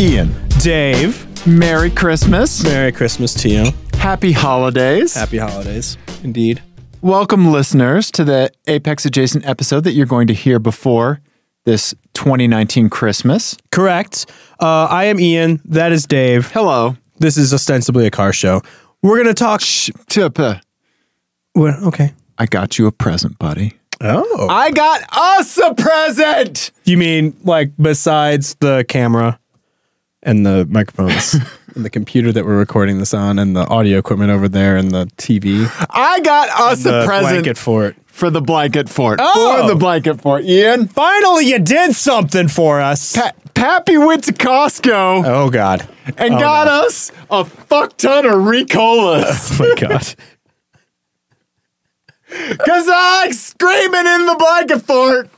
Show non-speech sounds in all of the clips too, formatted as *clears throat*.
Ian, Dave, Merry Christmas. Merry Christmas to you. Happy holidays. Happy holidays. Indeed. Welcome, listeners, to the Apex Adjacent episode that you're going to hear before this 2019 Christmas. Correct. Uh, I am Ian. That is Dave. Hello. This is ostensibly a car show. We're going to talk. Sh- Tip, uh, we're- okay. I got you a present, buddy. Oh. I got us a present. You mean like besides the camera and the *laughs* microphones and the computer that we're recording this on and the audio equipment over there and the TV? I got us a the present blanket fort. for the blanket fort. Oh. For the blanket fort. Ian, Finally, you did something for us. Pa- Pappy went to Costco oh, God. and Oh, got us a fuck ton of Ricolas. Oh, my God. Cause I'm screaming in the blanket fort.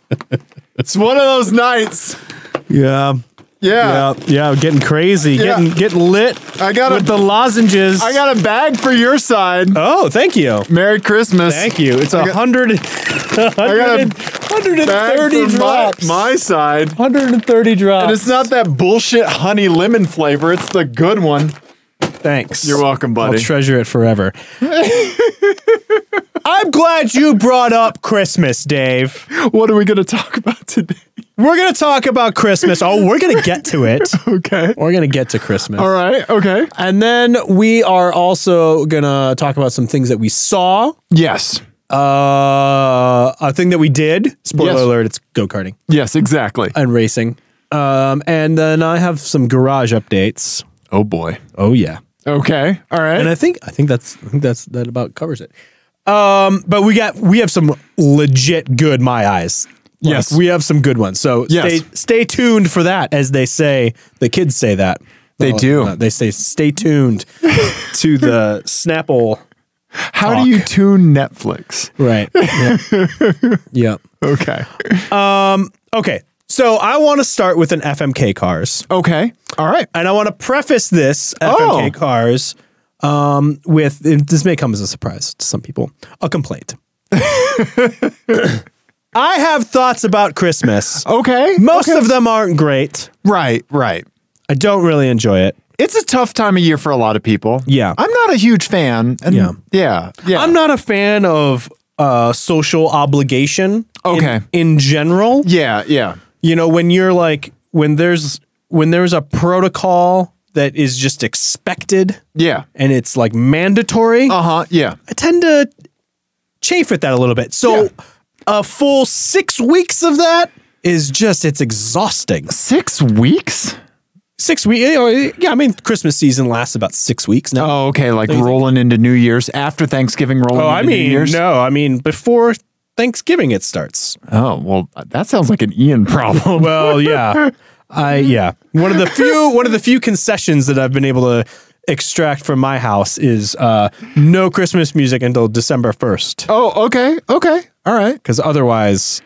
It's one of those nights. *laughs* yeah. Yeah. Yeah, yeah, getting crazy, Yeah. getting getting lit. I got a- with the lozenges. I got a bag for your side. Oh, thank you, Merry Christmas. thank you. It's a got- hundred, got a hundred and Bag thirty for my, drops. my side. hundred and thirty drops. And it's not that bullshit honey lemon flavor. It's the good one. Thanks. You're welcome, buddy. I'll treasure it *laughs* forever. I'm glad you brought up Christmas, Dave. What are we gonna talk about today? We're gonna talk about Christmas. Oh, we're gonna get to it. Okay. We're gonna get to Christmas. All right. Okay. And then we are also gonna talk about some things that we saw Yes. uh, a thing that we did. Spoiler Yes. alert: it's go karting Yes. Exactly. and racing. Um, and then I have some garage updates. Oh boy. Oh yeah, Okay. All right. and I think I think that's I think that's that about covers it. Um, but we got we have some legit good my eyes. Like, Yes. we have some good ones. So Yes. stay stay tuned for that, as they say. The kids say that Uh, They do. they say stay *laughs* tuned to the Snapple. How do you tune Netflix? Right. Yeah. *laughs* yep. Okay. Okay. So I want to start with an FMK cars. Okay. All right. And I want to preface this FMK Oh. cars um, with and this may come as a surprise to some people a *laughs* complaint. I have thoughts about Christmas. Oh, Okay. Most of them aren't great. Right. Right. I don't really enjoy it. It's a tough time of year for a lot of people. Yeah. I'm not a huge fan. And Yeah. Yeah. Yeah. I'm not a fan of uh, social obligation. in- Okay. in general, Yeah. Yeah. you know when you're like when there's when there's a protocol that is just expected Yeah. and it's like mandatory Uh huh. Yeah. i tend to chafe at that a little bit so Yeah. a full six weeks of that is just it's exhausting Six weeks? six weeks eh, yeah i mean christmas season lasts about six weeks now Oh, okay. Like rolling into New Year's after Thanksgiving, rolling oh into i New mean Year's. no i mean before thanksgiving it starts Oh, well, that sounds like an Ian *laughs* problem. *laughs* Well, yeah. I yeah. One of the few one of the few concessions that I've been able to extract from my house is uh no Christmas music until December 1st. oh, okay. Okay. All right. Cuz otherwise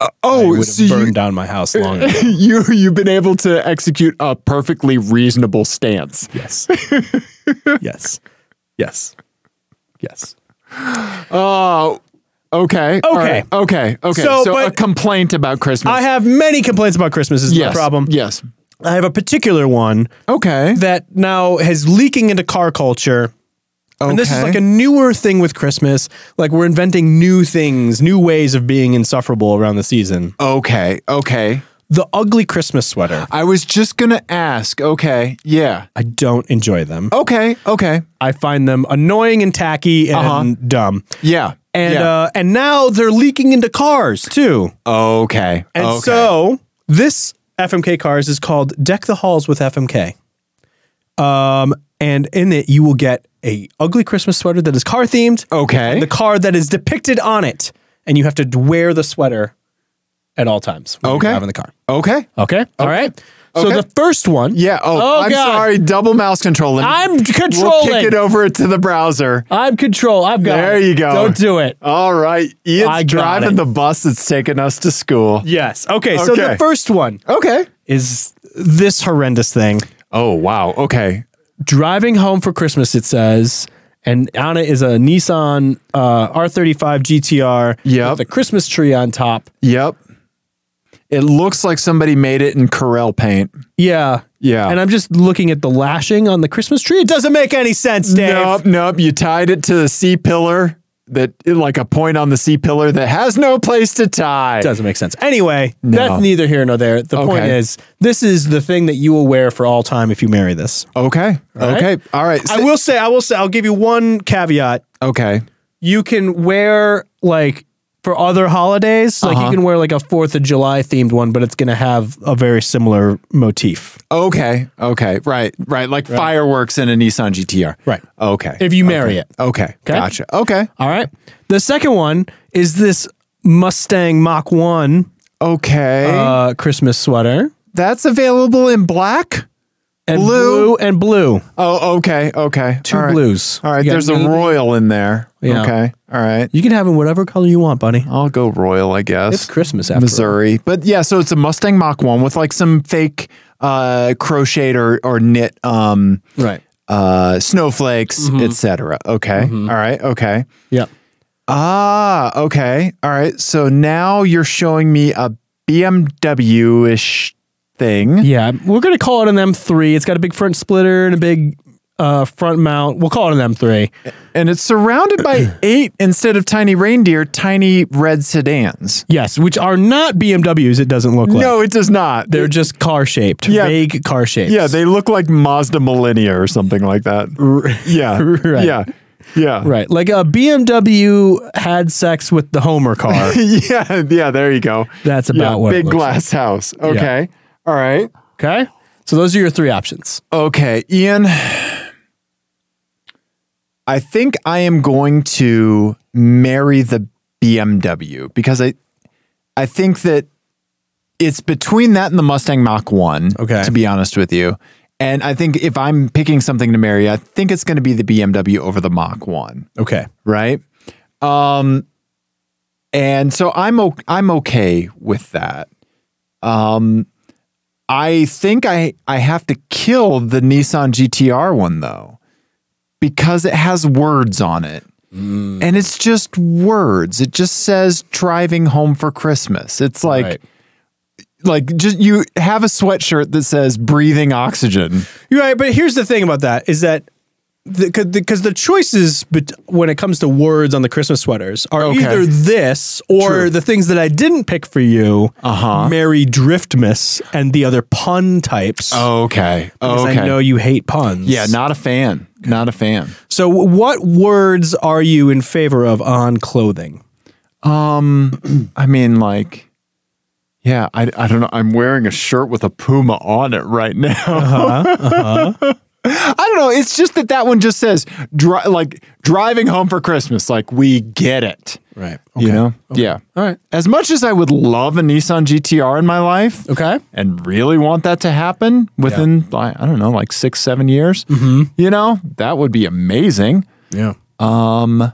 it Oh, would have so burned you, down my house *laughs* long ago. *laughs* you, you've been able to execute a perfectly reasonable stance. *laughs* Yes. yes. Yes. Yes. Oh, okay. all Okay. right, Okay. Okay. So, So, a but- complaint about Christmas. I have many complaints about Christmas is yes. my problem. Yes. I have a particular one Okay. that now has leaking into car culture. And this is Okay. like a newer thing with Christmas. Like we're inventing new things, new ways of being insufferable around the season. Okay. Okay. The ugly Christmas sweater. I was just going to ask. Okay. Yeah. I don't enjoy them. Okay. Okay. I find them annoying and tacky and Uh-huh. dumb. Yeah. And yeah. uh, and now they're leaking into cars too. okay. uh, And Oh, okay. so this FMK cars is called Deck the Halls with FMK. Um, and in it you will get a ugly Christmas sweater that is car themed. okay. the car that is depicted on it, and you have to d- wear the sweater at all times. When Okay. you're driving the car. okay. Okay, all right. So Okay. the first one, Yeah. Oh, Oh, I'm God. sorry. Double mouse controlling. I'm We'll controlling. kick it over to the browser. I'm control. I've got. There it. you go. Don't do it. All right. Ian's I got driving it. the bus that's taking us to school. Yes. Okay. So Okay. the first one Okay. is this horrendous thing. Oh, wow. Okay. Driving home for Christmas, it says. And on it is a Nissan uh, R35 GTR Yep. with a Christmas tree on top. Yep. It looks like somebody made it in Corel paint. Yeah, Yeah. And I'm just looking at the lashing on the Christmas tree. It doesn't make any sense, Dave. Nope, nope. You tied it to the C pillar that like a point on the C pillar that has no place to tie. Doesn't make sense. Anyway, that's neither here nor there. The point Okay. is, this is the thing that you will wear for all time if you marry this. Okay. okay. All right. I will say, I will say, I'll give you one caveat. okay. You can wear like for other holidays, like you can wear like a Fourth of July themed one, but it's going to have a very similar motif. Okay. Okay. Right. Right. Like fireworks in a Nissan GTR. Right. Okay. If you marry it. okay. Gotcha. Okay. All right. The second one is this Mustang Mach 1 Okay. uh, Christmas sweater. That's available in black. And blue. Blue. and blue. Oh, okay. Okay. Two All right. blues. All right. You got There's a navy- royal in there. Yeah. Okay. All right. You can have it whatever color you want, buddy. I'll go royal, I guess. It's Christmas after all. Missouri. But yeah, so it's a Mustang Mach 1 with like some fake uh, crocheted or, or knit um, Right. uh, snowflakes, Mm-hmm. etc. Okay. All right. Okay. Yeah. Ah, okay. All right. So now you're showing me a BMW ish thing. Yeah. We're going to call it an M3. It's got a big front splitter and a big uh, front mount. We'll call it an M3. And it's surrounded *clears throat* by eight instead of tiny reindeer, tiny red sedans. Yes, which are not BMWs, it doesn't look like. No, it does not. They're just car shaped, Yeah. vague car shapes. yeah, they look like Mazda Millennia or something like that. Yeah. *laughs* Right. Yeah. Yeah. right. Like a BMW had sex with the Homer *laughs* car. yeah, yeah, there you go. That's about what it big looks glass house. Okay. All right. okay. So those are your three options. Okay, Ian. I think I am going to marry the BMW because I I think that it's between that and the Mustang Mach 1, Okay. to be honest with you. And I think if I'm picking something to marry, I think it's going to be the BMW over the Mach 1. Okay. right? Um, and so I'm o- I'm okay with that. Um, I think I I have to kill the Nissan GTR one though, because it has words on it, and it's just words. It just says driving home for Christmas. It's like. Right. Like just you have a sweatshirt that says breathing oxygen. You're right, but here's the thing about that is that because the, 'cause the choices bet- when it comes to words on the Christmas sweaters are Okay. either this or True. the things that I didn't pick for you, uh-huh. Mary Driftmas and the other pun types. Okay. 'cause Oh, Okay. I know you hate puns. yeah, not a fan. Not a fan. So, what words are you in favor of on clothing? I mean, like, yeah, I, I don't know. I'm wearing a shirt with a puma on it right now. Uh-huh, *laughs* I don't know. It's just that that one just says, dri- like, driving home for Christmas. Like, we get it. Right. You know? Yeah. All right. As much as I would love a Nissan GTR in my life Okay. and really want that to happen within, I I don't know, like six, seven years, Mm-hmm. you know, that would be amazing. Yeah. I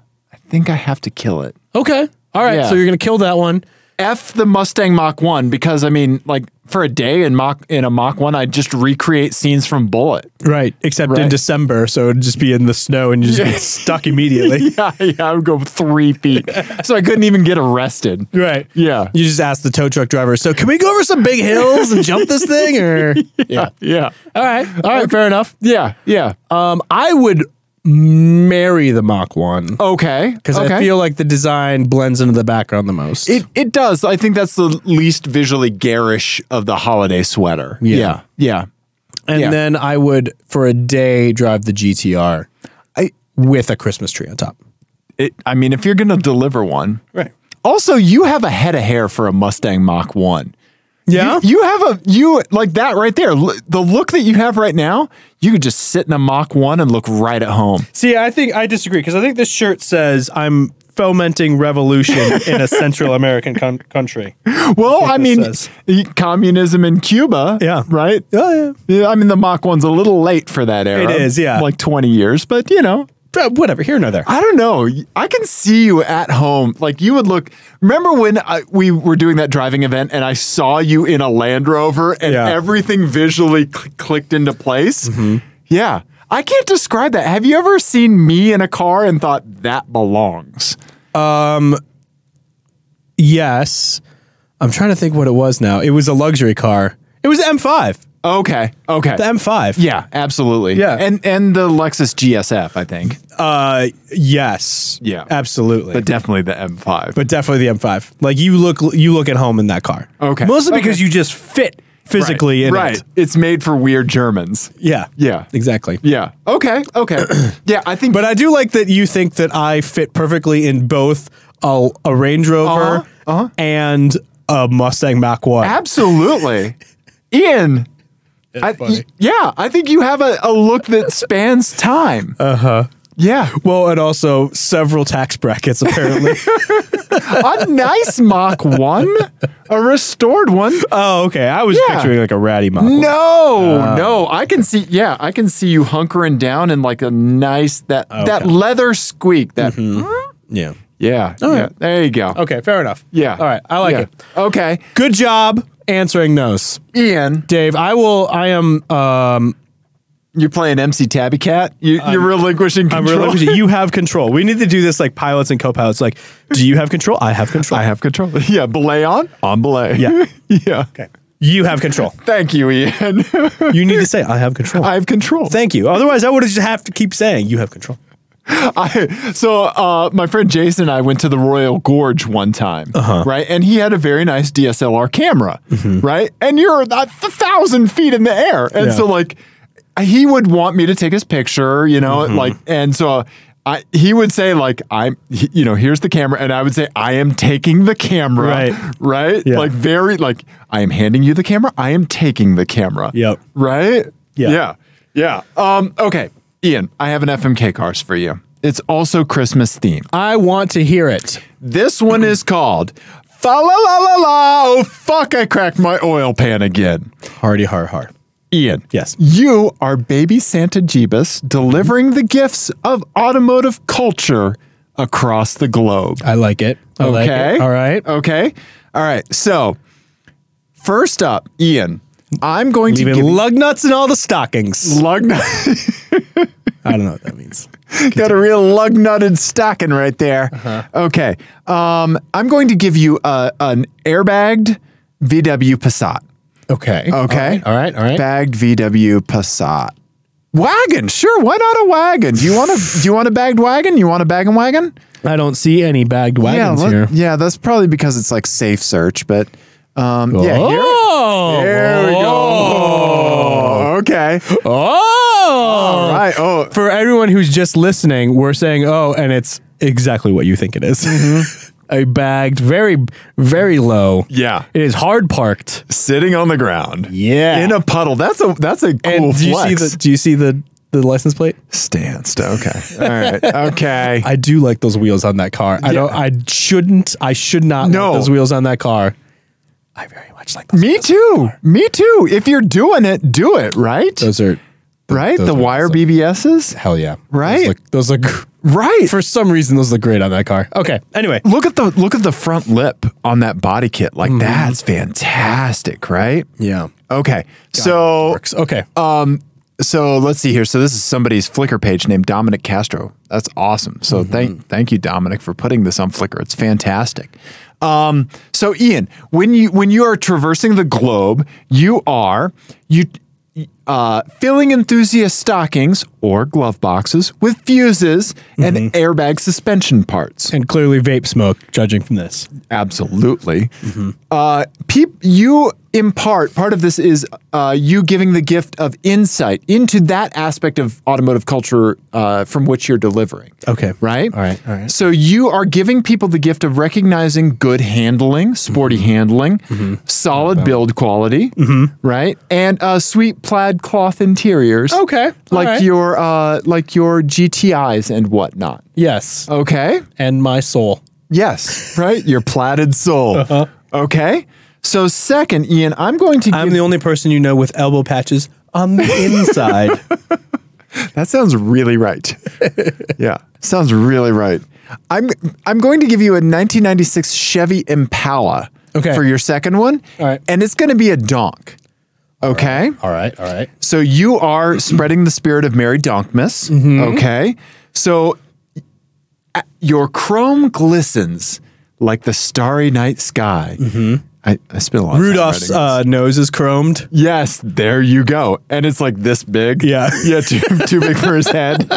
think I have to kill it. Okay. All right. Yeah. So you're gonna kill that one. F the Mustang Mach 1 because I mean like for a day in Mach in a Mach 1 I'd just recreate scenes from Bullet. *laughs* Right. Except Right. in December, so it'd just be in the snow and you just *laughs* get stuck *laughs* immediately. Yeah, yeah, I would go 3 feet. so I couldn't even get arrested. *laughs* Right. Yeah. You just ask the tow truck driver, so can we go over some big hills and jump this thing? Or *laughs* yeah. Yeah. All right. All right, fair enough. Yeah, yeah. Um, I would marry the Mach one. Okay. Because okay. I feel like the design blends into the background the most. it it does. I think that's the least visually garish of the holiday sweater. Yeah. Yeah. yeah. and yeah. then I would for a day drive the GTR I with a Christmas tree on top. it, I mean if you're going to deliver one. Right. Also, you have a head of hair for a Mustang Mach 1. Yeah. You have a you like that right there. L- the look that you have right now, you could just sit in a Mach One and look right at home. See, I think I disagree because I think this shirt says I'm fomenting revolution in a Central American con- country. Well, I mean, says. e- communism in Cuba, Yeah. right. Oh yeah. Yeah, I mean, the Mach One's a little late for that era. It is, yeah. like twenty years, but you know, Uh, whatever, here nor there. I don't know. I can see you at home. Like you would look. Remember when I, we were doing that driving event and I saw you in a Land Rover and Yeah. Mm-hmm. everything visually cl- clicked into place? Yeah. I can't describe that. Have you ever seen me in a car and thought that belongs? Yes. I'm trying to think what it was now. It was a luxury car. It was M5. Okay. Okay. The M5. yeah, absolutely. Yeah. And and the Lexus GSF, I think. Uh, yes. Yeah. Absolutely. But But, definitely the M5. definitely the M5. Like you look, you look at home in that car. Okay. Mostly Okay. because you just fit physically right. in right. it. It's made for weird Germans. Yeah. Yeah. Exactly. Yeah. Okay. *clears throat* Okay. yeah, I think But I do like that you think that I fit perfectly in both a, a Range Rover Uh-huh, uh-huh. and a Mustang Mach 1. absolutely. Ian I, funny. yeah, I think you have a, a look that spans time. Uh huh. Uh-huh. Yeah, well, and also several tax brackets, apparently. *laughs* a *laughs* nice Mach One, a restored one. oh, okay. I was Yeah. picturing like a ratty Mach 1. No, Oh. no, I can see. Yeah, I can see you hunkering down in like a nice that that leather squeak. That Mm-hmm. Yeah. yeah, yeah. There you go. Okay, fair enough. Yeah. Oh, All right. I like Yeah. it. Okay, Good job answering those. Ian, Dave, I will I am um you're playing MC Tabby Cat. You, you're relinquishing I'm control. *laughs* relinquishing you have control. We need to do this like pilots and co-pilots like do you have control? I have control. I have control. Yeah, belay on on belay. Yeah. *laughs* yeah. okay. You have control. Thank you, Ian. *laughs* You need to say I have control. I have control. Thank you. Otherwise, I would just have to keep saying you have control. I, so uh, my friend Jason and I went to the Royal Gorge one time, Uh-huh. right? And he had a very nice DSLR camera, Mm-hmm. right? And you're a, a thousand feet in the air, and Yeah. so like he would want me to take his picture, you know, Mm-hmm. like and so. I, he would say like I'm, he- you know, here's the camera, and I would say I am taking the camera, Right. *laughs* right? Yeah. Like very like I am handing you the camera. I am taking the camera. Yep. Right? Yeah. Yeah. Yeah. Um, okay. Ian, I have an FMK cars for you. It's also Christmas themed. I want to hear it. This one is called Fa La La La La. Oh, fuck, I cracked my oil pan again. Hardy har har. Ian. Yes. You are baby Santa Jeebus delivering the gifts of automotive culture across the globe. I like it. I like Okay. it. All right. Okay. All right. So, first up, Ian, I'm going to Even give lug nuts and all the stockings. lug I don't know what that means. Got a real lug nutted stocking right there. Uh-huh. Okay. Um, I'm going to give you a, an airbagged VW Passat. Okay. Okay. All right. All right. Bagged VW Passat. Wagon, sure. Why not a wagon? Do you want a Do you want a bagged wagon? You want a bagging wagon? I don't see any bagged Yeah, wagons let- here. yeah. That's probably because it's like safe search, but um, yeah. Here, oh. there we go. Oh, okay. Oh. Um, All right. Oh, For everyone who's just listening, we're saying oh, and it's exactly what you think it is. *laughs* A bagged, very, very low. Mm-hmm. yeah. It is hard parked. Sitting on the ground. Yeah. In a puddle. That's a that's a cool And do you flex. see the do you see the the license plate? Stanced. Okay. *laughs* All right. Okay. I do like those wheels on that car. I don't I shouldn't I should not No. like those wheels on that car. I very much like those. Me too. Me too. If you're doing it, do it, right? Those are right? those the are wire awesome. BBSs? hell yeah. Right? Those look, those look Right. for some reason those look great on that car. Okay. Anyway. look at the look at the front lip on that body kit. Like that's fantastic, right? Mm-hmm. Yeah. Okay. So Works. Okay. so let's see here. So this is somebody's Flickr page named Dominic Castro. That's awesome. So thank thank you, Dominic, for putting this on Flickr. It's fantastic. Um, so Ian, when you when you are traversing the globe, you are you uh, filling enthusiast stockings or glove boxes with fuses and airbag suspension parts. and clearly vape smoke, judging from this. Absolutely. Mm-hmm. Uh, peop, you impart part of this is uh, you giving the gift of insight into that aspect of automotive culture uh, from which you're delivering. Okay. Right? All right, all right. So you are giving people the gift of recognizing good handling, sporty Mm-hmm. handling, solid build quality, Mm-hmm. right? And uh, sweet plaid cloth interiors. Okay, all Like right. your uh, like your GTIs and whatnot. Yes. Okay. And my soul. Yes, right? Your platted soul. Uh-huh. Okay. So, second, Ian, I'm going to I'm give. the only person you know with elbow patches on the inside. that sounds *laughs* really right. yeah, sounds really right. I'm I'm going to give you a 1996 Chevy Impala Okay. for your second one. All right. And it's going to be a donk. Okay. *laughs* all right. All right. So you are spreading the spirit of Mary Donkmas. Mm-hmm. Okay. So uh, your chrome glistens like the starry night sky. I, I spent a lot Mm-hmm. Rudolph's of time writing uh, nose is chromed. this. yes, there you go. And it's like this big. Yeah. *laughs* Yeah, too, too big for *laughs* his head.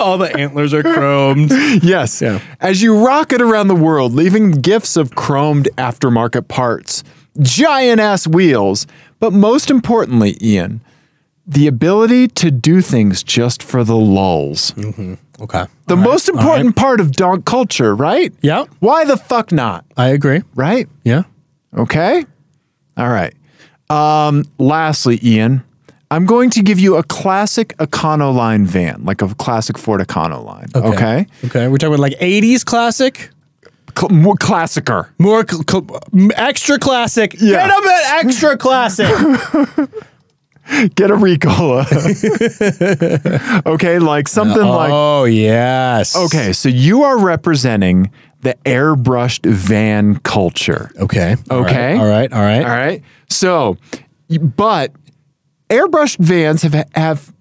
All the antlers are chromed. Yes. Yeah. As you rocket around the world, leaving gifts of chromed aftermarket parts, giant ass wheels, but most importantly, Ian, the ability to do things just for the lulls. Okay. The most important part of donk culture, right? Yeah. Why the fuck not? I agree. Right? Yeah. Okay. All right. Um, lastly, Ian, I'm going to give you a classic Econoline van, like a classic Ford Econoline. Okay. Okay. We're talking about like 80s classic, Cl- more classicer. *laughs* more cl- cl- m- extra classic. Yeah. Get 'em an extra *laughs* classic. Get a Ricola. *laughs* okay. Like something like. oh, yes. Okay. So you are representing the airbrushed van culture. Okay. Okay. All right. All right. All right. So, but airbrushed vans have have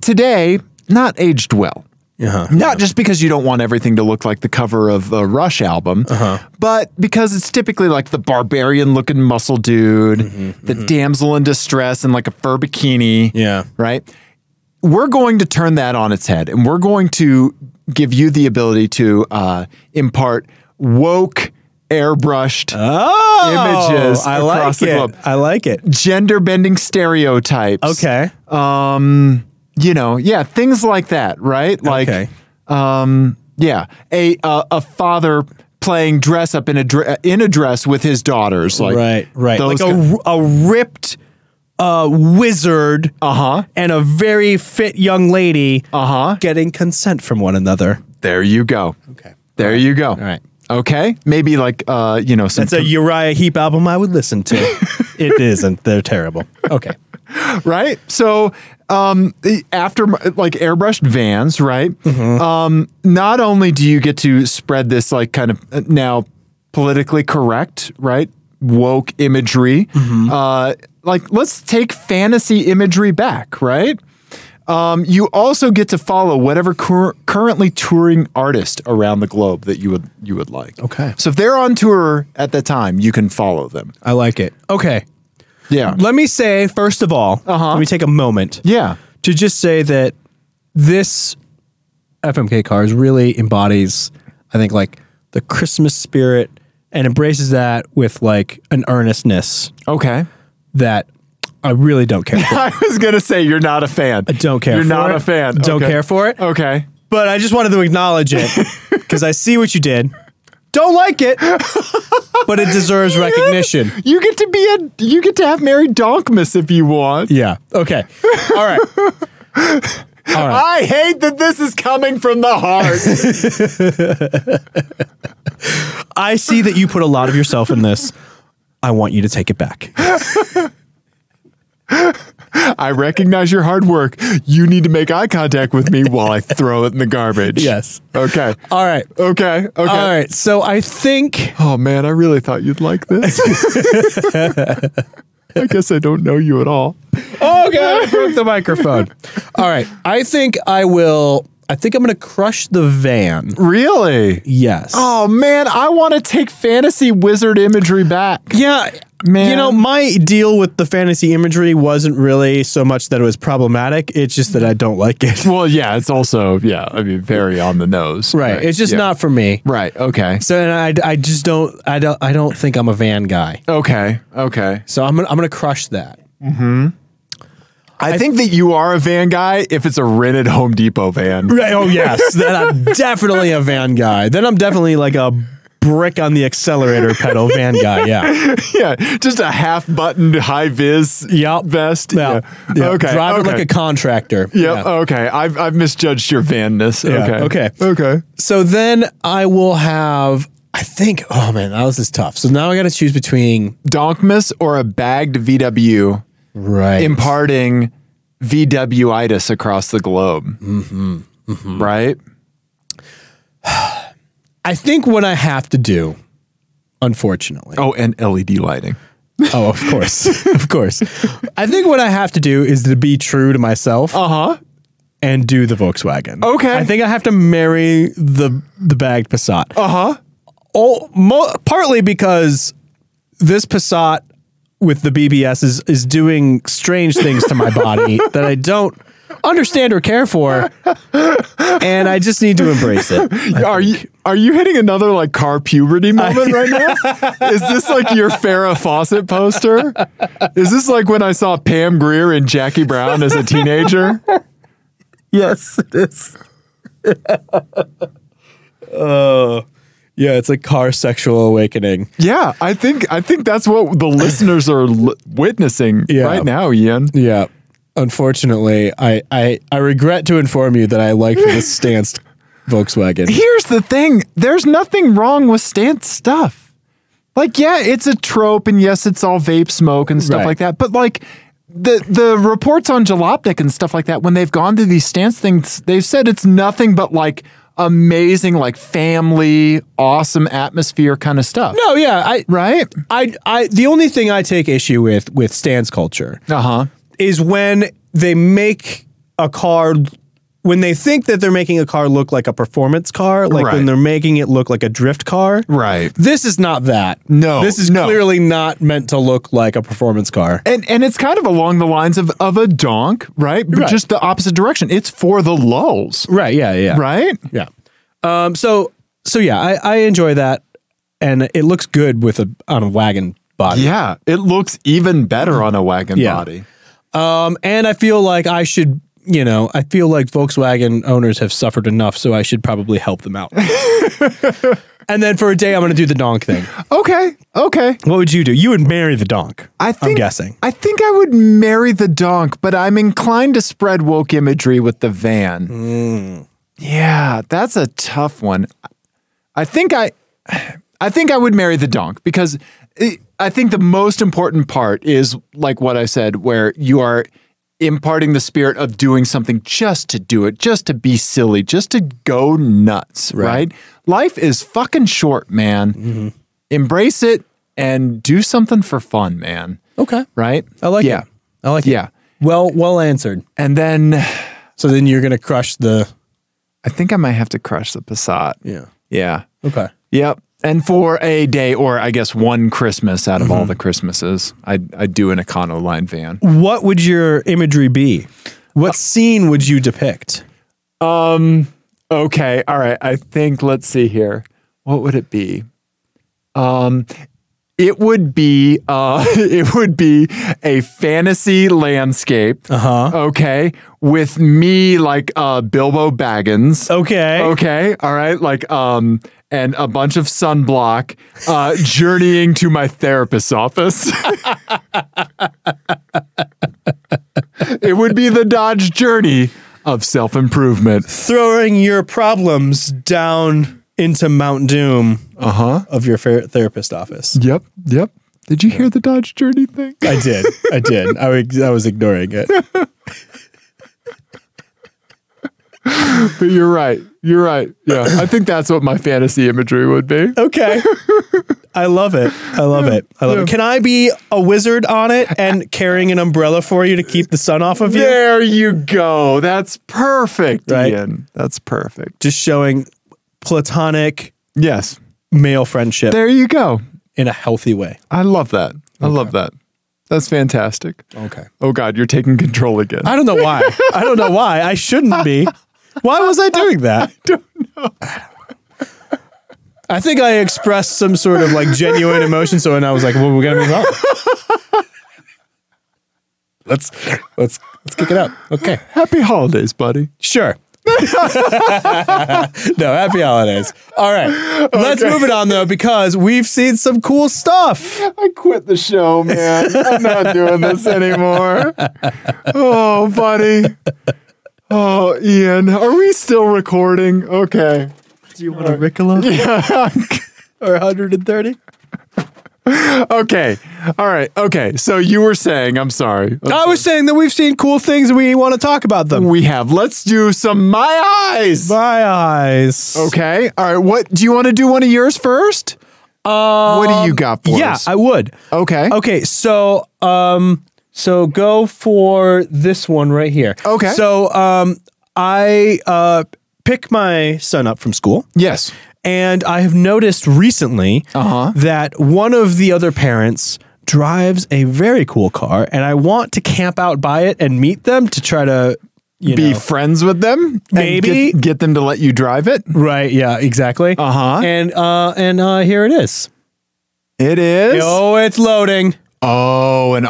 today not aged well. Uh-huh. Not just because you don't want everything to look like the cover of a Rush album, Uh-huh. but because it's typically like the barbarian looking muscle dude, the damsel in distress, and like a fur bikini. Mm-hmm, Yeah. Right? We're going to turn that on its head and we're going to give you the ability to uh, impart woke, Uh. airbrushed, Oh, Images I across like the it. globe. I like it. gender bending stereotypes. Okay. You know, yeah, things like that, right? Like, okay. yeah, a uh, a father playing dress up in a dre- in a dress with his daughters, like right. Right. those Like a, a ripped uh, wizard uh huh. and a very fit young lady Uh-huh. getting consent from one another. There you go. Okay. There you go. All right. Okay. Maybe like uh, you know, some It's a Uriah Heep album I would listen to. *laughs* it isn't. They're terrible. Okay. right? So, um, the- after like airbrushed vans, right? Um, not only do you get to spread this like kind of uh, now politically correct, right? Woke imagery. Uh, like let's take fantasy imagery back, right? Um, you also get to follow whatever cur- currently touring artist around the globe that you would you would like. Okay. So if they're on tour at the time, you can follow them. I like it. Okay. Yeah. Let me say, first of all, Uh-huh. let me take a moment Yeah. to just say that this FMK Cars really embodies, I think, like the Christmas spirit and embraces that with like an earnestness Okay. that I really don't care for. *laughs* I was gonna say you're not a fan. I don't care You're for not it. a fan. Don't Okay. care for it. Okay. but I just wanted to acknowledge *laughs* it because I see what you did. Don't like it, but it *laughs* deserves recognition. *gasps* You get to be a. You get to have Mary Donkmas if you want. Yeah. Okay. All right. All right. I hate that this is coming from the *laughs* heart. I see that you put a lot of yourself in this. I want you to take it back. I recognize your hard work. You need to make eye contact with me while I throw it in the garbage. Yes. Okay. All right. Okay. Okay. All right. So I think Oh man, I really thought you'd *laughs* like this. I guess I don't know you at all. Oh god, I *laughs* broke the microphone. All right. I think I will I think I'm going to crush the van. Really? Yes. Oh man, I want to take fantasy wizard imagery back. Yeah, Man. You know, my deal with the fantasy imagery wasn't really so much that it was problematic. It's just that I don't like it. Well, yeah, it's also yeah. I mean, very on the *laughs* nose. Right. It's just yeah. not for me. right. Okay. So, and I, I just don't, I don't, I don't think I'm a van guy. Okay. Okay. So I'm gonna, I'm gonna crush that. I, think that you are a van guy if it's a rented Home Depot van. Right. Oh yes. then I'm definitely a van guy. Then I'm definitely like a brick on the accelerator pedal van guy. Yeah. *laughs* yeah, just a half buttoned high vis Yup. vest. Yeah. Yeah. Okay. Drive okay. it like a contractor. Yep. Yeah. Okay. I've I've misjudged your vanness. Yeah, Okay. okay. Okay. So then I will have. I think. Oh man, that was is tough. So now I got to choose between. Donkmas or a bagged VW Right. imparting VWitis across the globe. Mm-hmm. Right. I think what I have to do, unfortunately. Oh, and LED lighting. Oh, of course. *laughs* of course. I think what I have to do is to be true to myself Uh huh. and do the Volkswagen. Okay. I think I have to marry the the bagged Passat. Uh huh. Oh, mo- partly because this Passat with the BBS is is doing strange things to my *laughs* body that I don't understand or care for, and I just need to embrace it. Are you are you hitting another like car puberty moment *laughs* right now? Is this like your Farrah Fawcett poster? Is this like when I saw Pam Greer and Jackie Brown as a teenager? Yes, it is. Oh, *laughs* yeah, it's a car sexual awakening. Yeah, I think I think that's what the listeners are l- witnessing Yeah. right now, Ian. Yeah. Unfortunately, I, I, I regret to inform you that I liked *laughs* this stanced Volkswagen. Here's the thing: there's nothing wrong with stance stuff. Like, yeah, it's a trope, and yes, it's all vape smoke and stuff Right. like that. But like the the reports on Jalopnik and stuff like that, when they've gone to these stance things, they've said it's nothing but like amazing, like family, awesome atmosphere kind of stuff. No, yeah, I, Right? I, I, the only thing I take issue with with stance culture Uh huh. is when they make a car when they think that they're making a car look like a performance car, like Right. when they're making it look like a drift car. Right. This is not that. No, This is no. clearly not meant to look like a performance car. And and it's kind of along the lines of of a donk, right? But Right. just the opposite direction. It's for the lulls, Right, yeah, yeah. right? Yeah. Um. So so yeah, I I enjoy that, and it looks good with a on a wagon body. Yeah, it looks even better on a wagon Yeah. body. Um. And I feel like I should. You know, I feel like Volkswagen owners have suffered enough, so I should probably help them *laughs* out. and then for a day, I'm going to do the donk thing. Okay, okay. What would you do? You would marry the donk. I think, I'm guessing. I think I would marry the donk, but I'm inclined to spread woke imagery with the van. Hmm. Yeah, that's a tough one. I think I, I think I would marry the donk because it, I think the most important part is like what I said, where you are imparting the spirit of doing something just to do it, just to be silly, just to go nuts. Right? Life is fucking short, man. Mm-hmm. Embrace it and do something for fun, man. Okay. Right? I like yeah. it. I like Yeah. it. Well, well answered. And then So then you're going to crush the. I think I might have to crush the Passat. Yeah. Yeah. Okay. Yep. And for a day, or I guess one Christmas out of all the Christmases, I I do an Econoline van. What would your imagery be? What scene would you depict? Okay. All right. I think let's see here. What would it be? Um, it would be uh, *laughs* it would be a fantasy landscape. Uh huh. Okay, with me like uh, Bilbo Baggins. Okay. *laughs* Okay. All right. Like, um, and a bunch of sunblock, uh, journeying to my therapist's office. *laughs* it would be the Dodge journey of self improvement. Throwing your problems down into Mount Doom uh-huh. of your fer- therapist office. Yep. Yep. Did you hear the Dodge journey thing? *laughs* I did. I did. I, was- I was ignoring *laughs* it. But you're right. You're right. Yeah. I think that's what my fantasy imagery would be. Okay. I love it. I love it. I love it. Can I be a wizard on it and carrying an umbrella for you to keep the sun off of you? There you go. That's perfect, Right. Ian. That's perfect. Just showing platonic Yes. male friendship There you go. in a healthy way. I love that. I love that. That's fantastic. Okay. Oh God, you're taking control again. I don't know why. I don't know why. I shouldn't be. Why was I doing that? *laughs* I don't know. I think I expressed some sort of like genuine emotion, so and I was like, "Well, we're gonna move on." let's let's let's kick it up. Okay, Happy holidays, buddy. sure. *laughs* no, happy holidays. All right, let's move it on though because we've seen some cool stuff. I quit the show, man. I'm not doing this anymore. Oh, buddy. Oh, Ian, are we still recording? Okay. Do you want a Ricola or 130? okay. All right. Okay. So you were saying, I'm sorry. I was saying that we've seen cool things and we want to talk about them. We have, let's do some My Eyes. My eyes. Okay. All right. What do you want to do one of yours first? Uh, what do you got for Um, Yeah, us? I would. okay. Okay, so um so go for this one right here. Okay. So um I uh pick my son up from school Yes. And I have noticed recently Uh-huh. that one of the other parents drives a very cool car, and I want to camp out by it and meet them to try to you Be know, friends with them. and Maybe. get, get them to let you drive it. right? Yeah, exactly. Uh-huh. And uh, and uh, here it is. It is. Oh, it's loading. Oh, an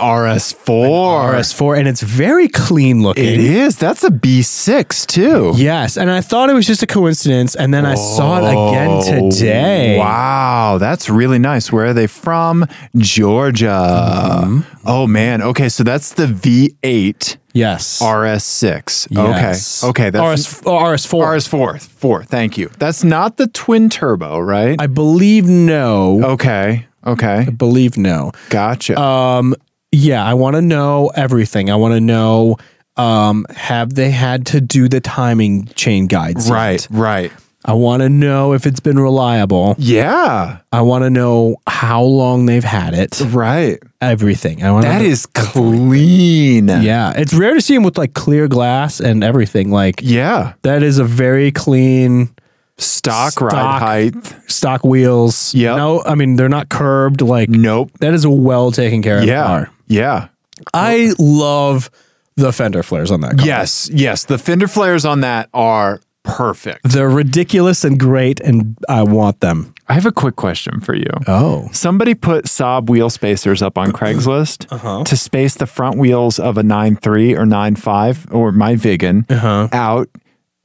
RS4. RS4, and it's very clean looking. It is. That's a B6 too. Yes, and I thought it was just a coincidence, and then I saw it again today. Oh, Wow, that's really nice. Where are they from? Georgia. Mm-hmm. Oh man. Okay, so that's the V8 Yes. RS6. Yes. Okay. Okay, that's RS RS4. RS4. 4. Thank you. That's not the twin turbo, right? I believe no. Oh. okay. Okay. believe no. Gotcha. Um, yeah, I want to know everything. I want to know um, have they had to do the timing chain guides? yet? right, right. I want to know if it's been reliable. Yeah. I want to know how long they've had it. Right. Everything. I want That is clean. Yeah, it's rare to see them with like clear glass and everything. Like Yeah. that is a very clean Stock, Stock. ride height. stock wheels. Yep. No, I mean they're not curbed. Like Nope. that is a well taken care of Yeah. car. Yeah. I love the fender flares on that car. Yes, yes. The fender flares on that are perfect. They're ridiculous and great, and I want them. I have a quick question for you. Oh. Somebody put Saab wheel spacers up Uh-huh. on Craigslist to space the front wheels of a 9.3 or 9.5 or my Vigan Uh-huh. out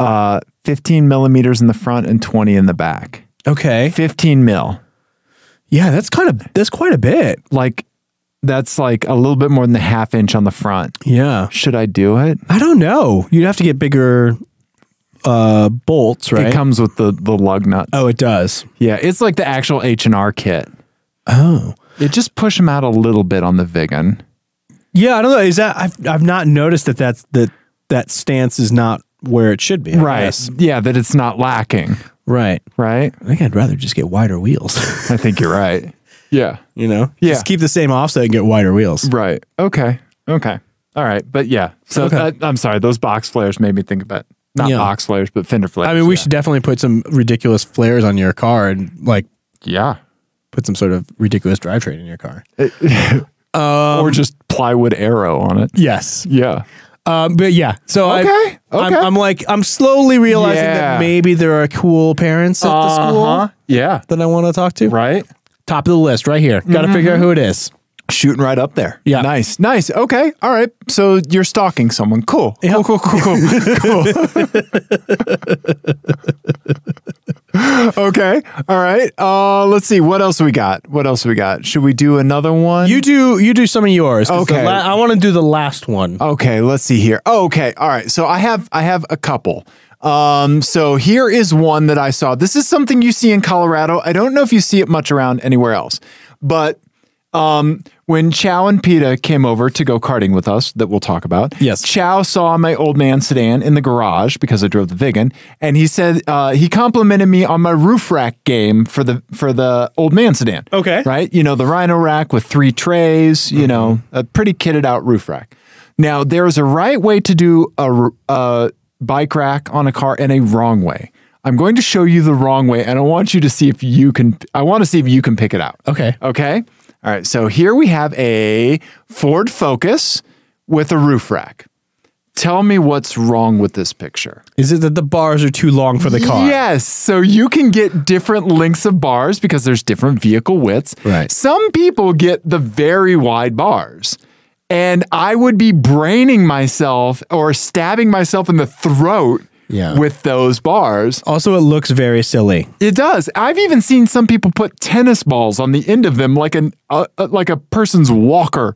uh, 15 millimeters in the front and 20 in the back. Okay. 15 mil. Yeah, that's kind of that's quite a bit. Like, that's like a little bit more than a half inch on the front. Yeah. Should I do it? I don't know. You'd have to get bigger uh bolts, right? It comes with the, the lug nuts. oh, it does. Yeah, it's like the actual H&R kit. Oh. Yeah, just push them out a little bit on the Vigan. Yeah, I don't know. Is that I've I've not noticed that that's that that stance is not where it should be. I guess. Yeah, that it's not lacking. Right. Right. I think I'd rather just get wider wheels. *laughs* I think you're right. yeah. you know? Yeah. Just keep the same offset and get wider wheels. Right. Okay. Okay. All right. But yeah. So Okay. uh, I'm sorry. Those box flares made me think about not Yeah. box flares, but fender flares. I mean, we yeah. should definitely put some ridiculous flares on your car and like Yeah. put some sort of ridiculous drivetrain in your car. or just plywood arrow on it. Yes. Yeah. Um, but yeah, so Okay, I, I'm, okay. I'm like, I'm slowly realizing Yeah. that maybe there are cool parents at the school Yeah. that I want to talk to. Right. Mm-hmm. Top of the list right here. Got to figure out who it is. Shooting right up there. Yeah. Nice. Nice. Okay. All right. So you're stalking someone. *laughs* Cool. Cool, cool, cool, cool. cool. okay. All right. Uh let's see. What else we got? What else we got? Should we do another *laughs* one? You do, you do some of yours. 'cause the Okay. Oh. la- I want to do the last one. Okay, let's see here. Oh, okay. All right. So I have I have a couple. Um, so here is one that I saw. This is something you see in Colorado. I don't know if you see it much around anywhere else, but um, when Chow and Peta came over to go karting with us, that we'll talk about. Yes. Chow saw my old man sedan in the garage because I drove the Vigan, and he said uh, he complimented me on my roof rack game for the for the old man sedan. Okay. right? You know the Rhino rack with three trays. You know a pretty kitted out roof rack. Now there is a right way to do a, r- a bike rack on a car and a wrong way. I'm going to show you the wrong way, and I want you to see if you can. I want to see if you can pick it out. Okay. Okay. All right. So here we have a Ford Focus with a roof rack. Tell me what's wrong with this picture. Is it that the bars are too long for the car? Yes. So you can get different lengths of bars because there's different vehicle widths. Right. Some people get the very wide bars. And I would be braining myself or stabbing myself in the throat Yeah. with those bars. Also, it looks very silly. It does. I've even seen some people put tennis balls on the end of them, like an uh, uh, like a *laughs* person's walker,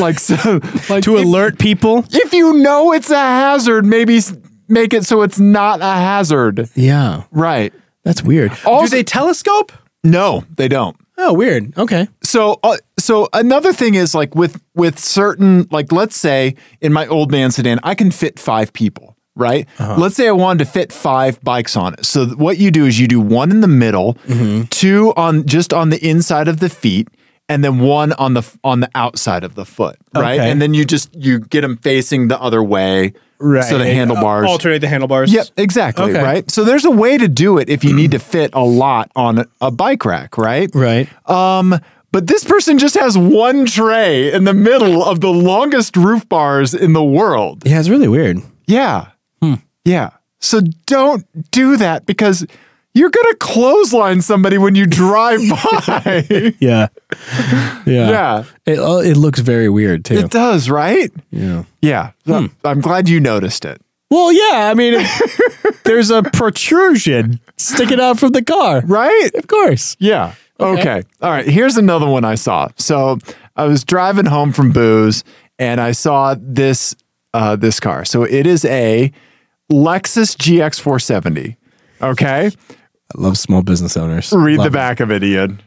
like so. Like To if, alert people. if you know it's a hazard, maybe s- make it so it's not a hazard. Yeah. Right? That's weird. Also- do they telescope? No, they don't. Oh, weird. Okay. So, uh, so another thing is like with with certain like let's say in my old man sedan, I can fit five people, right? Uh-huh. Let's say I wanted to fit five bikes on it. So th- what you do is you do one in the middle, Mm-hmm. two on just on the inside of the feet, and then one on the f- on the outside of the foot, right? Okay. And then you just you get them facing the other way. Right. So the They, uh, handlebars. Alternate the handlebars. Yep, exactly. Okay. Right. So there's a way to do it if you need to fit a lot on a, a bike rack, right? Right. Um, but this person just has one tray in the middle of the longest roof bars in the world. Yeah, it's really weird. Yeah. Hmm. Yeah. So don't do that because you're going to clothesline somebody when you *laughs* drive by. Yeah. *laughs* Yeah. Yeah. It, uh, it looks very weird too. It does, right? yeah. Yeah. Hmm. I'm glad you noticed it. Well, yeah. I mean, *laughs* there's a protrusion sticking out from the car. Right? Of course. Yeah. Okay. All right. Here's another one I saw. So I was driving home from booze and I saw this uh, this car. So it is a Lexus GX 470. Okay. I love small business owners. Read Love the it. back of it, Ian.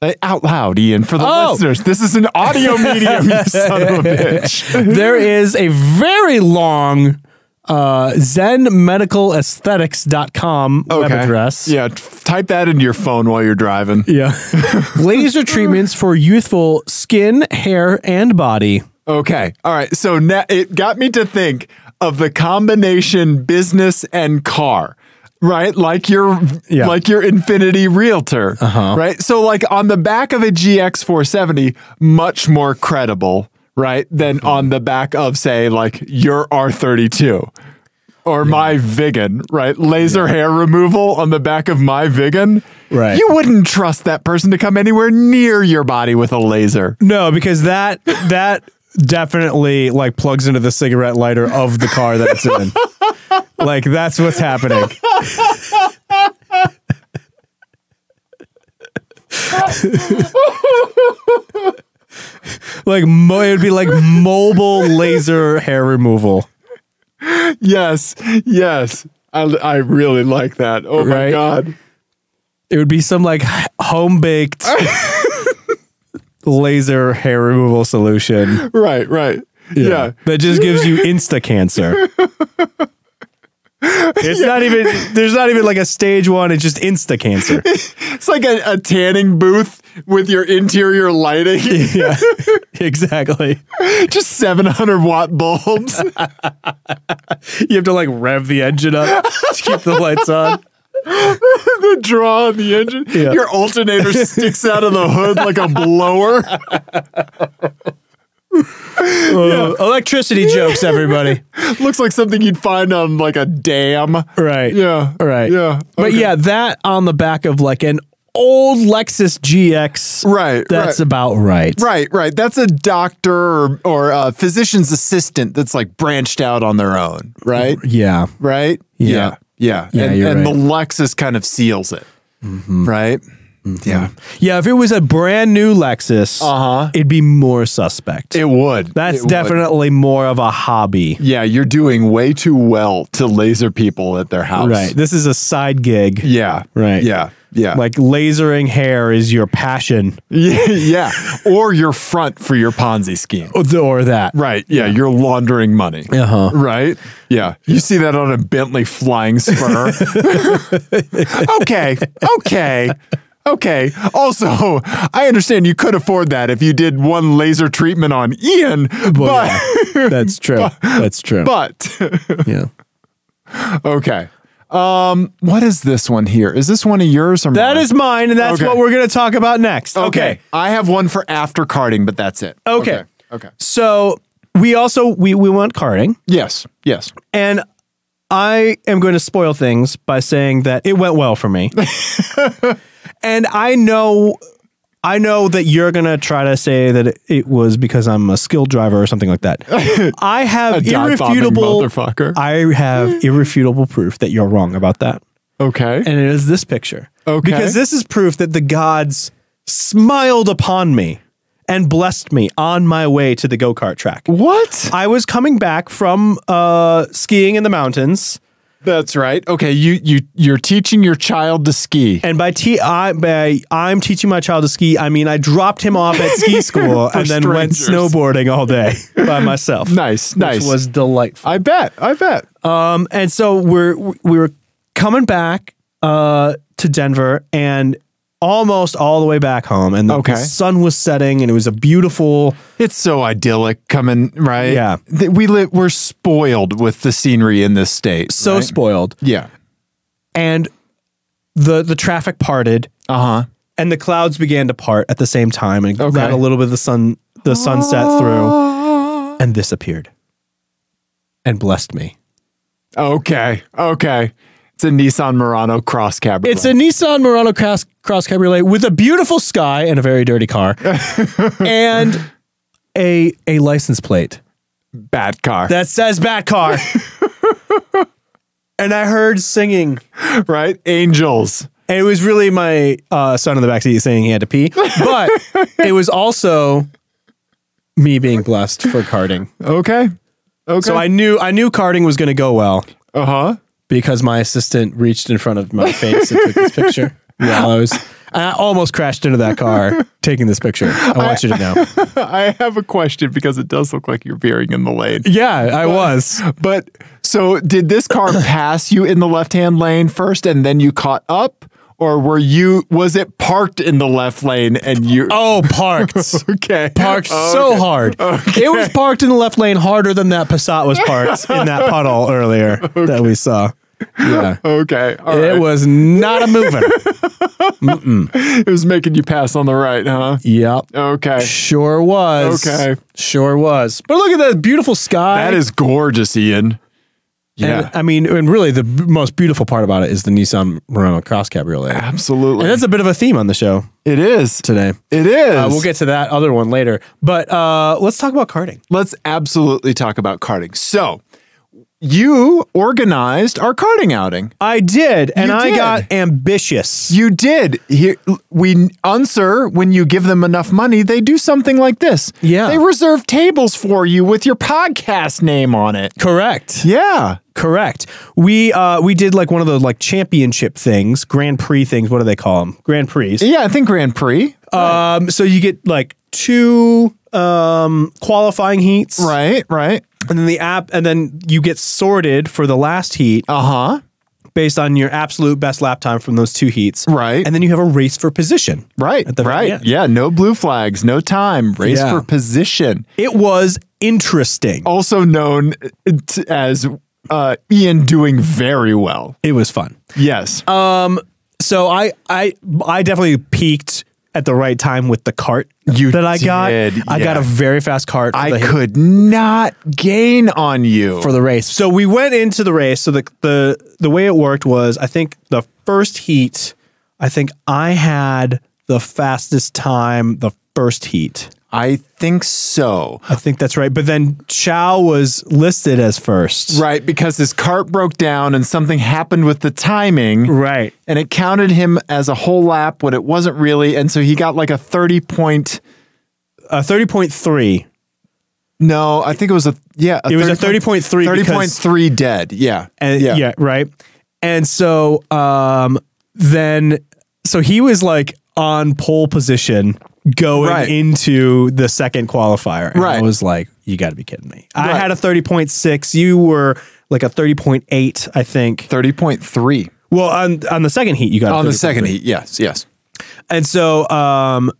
Uh, Out loud, Ian, for the Oh. listeners. This is an *laughs* audio medium, you son of a bitch. there is a very long uh, zenmedicalaesthetics.com web address. Yeah, t- type that into your phone while you're driving. Yeah. *laughs* Laser treatments for youthful skin, hair, and body. Okay. All right. So now it got me to think of the combination business and car. Right, like your Yeah. like your Infinity Realtor, uh-huh. right? So, like on the back of a GX 470, much more credible, right, than Mm-hmm. on the back of say like your R32 or my Vigan, right? Laser hair removal on the back of my Vigan, Right. You wouldn't trust that person to come anywhere near your body with a laser. No, because that that definitely like plugs into the cigarette lighter of the car that it's in. like that's what's happening. like mo- it would be like mobile laser hair removal. Yes, yes. I, I really like that. Oh my Right? god. It would be some like home baked laser hair removal solution. Right, right. Yeah. That just gives you insta *laughs* cancer. It's not even there's not even like a stage one, it's just insta *laughs* cancer. It's like a, a tanning booth with your interior lighting. *laughs* Yeah. exactly. Just 700 watt bulbs. *laughs* You have to like rev the engine up to keep the lights *laughs* on. the draw on the engine. Yeah. Your alternator sticks out of the hood like a blower. *laughs* Uh, Electricity jokes, everybody. Looks like something you'd find on like a dam. Right. Yeah. Right. Yeah. But Okay. yeah, that on the back of like an old Lexus GX. Right, That's right. about right. Right, right. That's a doctor or, or a physician's assistant that's like branched out on their own, right? Yeah. right? Yeah. Yeah. Yeah, and you're and right. Mm-hmm. the Lexus kind of seals it, right? Yeah. Yeah, if it was a brand new Lexus, Uh-huh. it'd be more suspect. It would. That's It would. definitely more of a hobby. Yeah, you're doing way too well to laser people at their house. Right. This is a side gig. Yeah. Right. Yeah. Yeah. Like lasering hair is your passion yeah, *laughs* yeah. Or your front for your Ponzi scheme. or that. *laughs* Right. Yeah, you're laundering money. Uh-huh. Right? Yeah. You see that on a Bentley flying spur. *laughs* okay. Okay. Okay. Also, I understand you could afford that if you did one laser treatment on Ian, but That's true. That's true. *laughs* but yeah. okay. Um what is this one here? Is this one of yours or That mine? is mine and that's Okay. what we're going to talk about next. Okay. I have one for after carding, but that's it. Okay. Okay. Okay. So, we also we we went karting Yes. Yes. and I am going to spoil things by saying that it went well for *laughs* me. and I know I know that you're going to try to say that it was because I'm a skilled driver or something like *laughs* that. I have dive-bombing irrefutable motherfucker. I *laughs* have irrefutable proof that you're wrong about that. okay. And it is this picture. Okay. Because this is proof that the gods smiled upon me and blessed me on my way to the go-kart track. what? I was coming back from uh, skiing in the mountains, That's right. Okay, you you you're teaching your child to ski. and by t I by I'm teaching my child to ski. I mean I dropped him off at *laughs* ski school and then went strangers. snowboarding all *laughs* day by myself. Nice, which nice. was delightful. I bet. I bet. Um, and so we're we were coming back uh to Denver, and almost all the way back home, and the, Okay. the sun was setting, and it was a beautiful. It's so idyllic coming, right? Yeah. Th- We live, we're spoiled with the scenery in this state. So right? spoiled, yeah. and the the traffic parted, Uh huh. and the clouds began to part at the same time, and Okay. let a little bit of the sun the sunset through, and this appeared, Ah. and blessed me. Okay. Okay. It's a Nissan Murano cross cabriolet. It's a Nissan Murano cross, cross cabriolet with a beautiful sky and a very dirty *laughs* car, and a a license plate bad car, that says "Bat *laughs* Car," and I heard singing. right? Angels. And it was really my uh, son in the backseat saying he had to pee, but it was also me being blessed for karting. Okay. Okay. So I knew I knew karting was going to go well uh huh. because my assistant reached in front of my face and took this picture. Yeah, I was. and I almost crashed into that car taking this picture. I want you to know. *laughs* I have a question because it does look like you're veering in the lane. Yeah, I was. But so did *coughs* this car pass you in the left-hand lane first and then you caught up or were you was it parked in the left lane and you Oh, parked. *laughs* okay Parked so hard. It was parked in the left lane harder than that Passat was parked in that puddle earlier that we saw. Yeah. okay all It right. was not a *laughs* mover. it was making you pass on the right huh yep. okay Sure was. Okay. Sure was. But look at that beautiful sky. that is gorgeous Ian yeah And, uh, I mean, and really the b- most beautiful part about it is the Nissan Murano Cross Cabriolet. And absolutely that's a bit of a theme on the show it is today. it is Uh, we'll get to that other one later. But uh, let's talk about karting. let's absolutely talk about karting so you organized our karting outing I did. And You I did. got ambitious. You did. Here, we answer when you give them enough money, they do something like this. Yeah. They reserve tables for you with your podcast name on it. Correct. Yeah. Correct. We uh we did like one of those like championship things, Grand Prix things. What do they call them? Grand Prix. Yeah, I think Grand Prix. Um, so you get like two um qualifying heats, Right, right. And then the app, and then you get sorted for the last heat Uh-huh. based on your absolute best lap time from those two heats, Right. And then you have a race for position, Right. At the very right. end. Yeah, no blue flags, no time, race Yeah. for position. It was interesting. Also known t- as uh, Ian doing very well. It was fun. Yes. Uh, So I I I definitely peaked at the right time with the cart You that I got. did, I yeah. got a very fast cart. for the I hill. could not gain on you. for the race. So we went into the race. So the the the way it worked was, I think the first heat, I think I had the fastest time the first heat. I think so. I think that's right. But then Chow was listed as first. Right, because his cart broke down and something happened with the timing. Right. And it counted him as a whole lap when it wasn't really. And so he got like a 30 point. Uh, thirty point three. No, I think it was a, yeah. It was a thirty point three. 30.3 dead. Yeah. And, yeah. Right. And so um then so he was like on pole position going Right. into the second qualifier. And I Right. was like, you got to be kidding me. I Right. had a 30.6. You were like a 30.8, I think. 30.3 Well, on on the second heat you got a on the second 30.3. heat. Yes, yes. And so um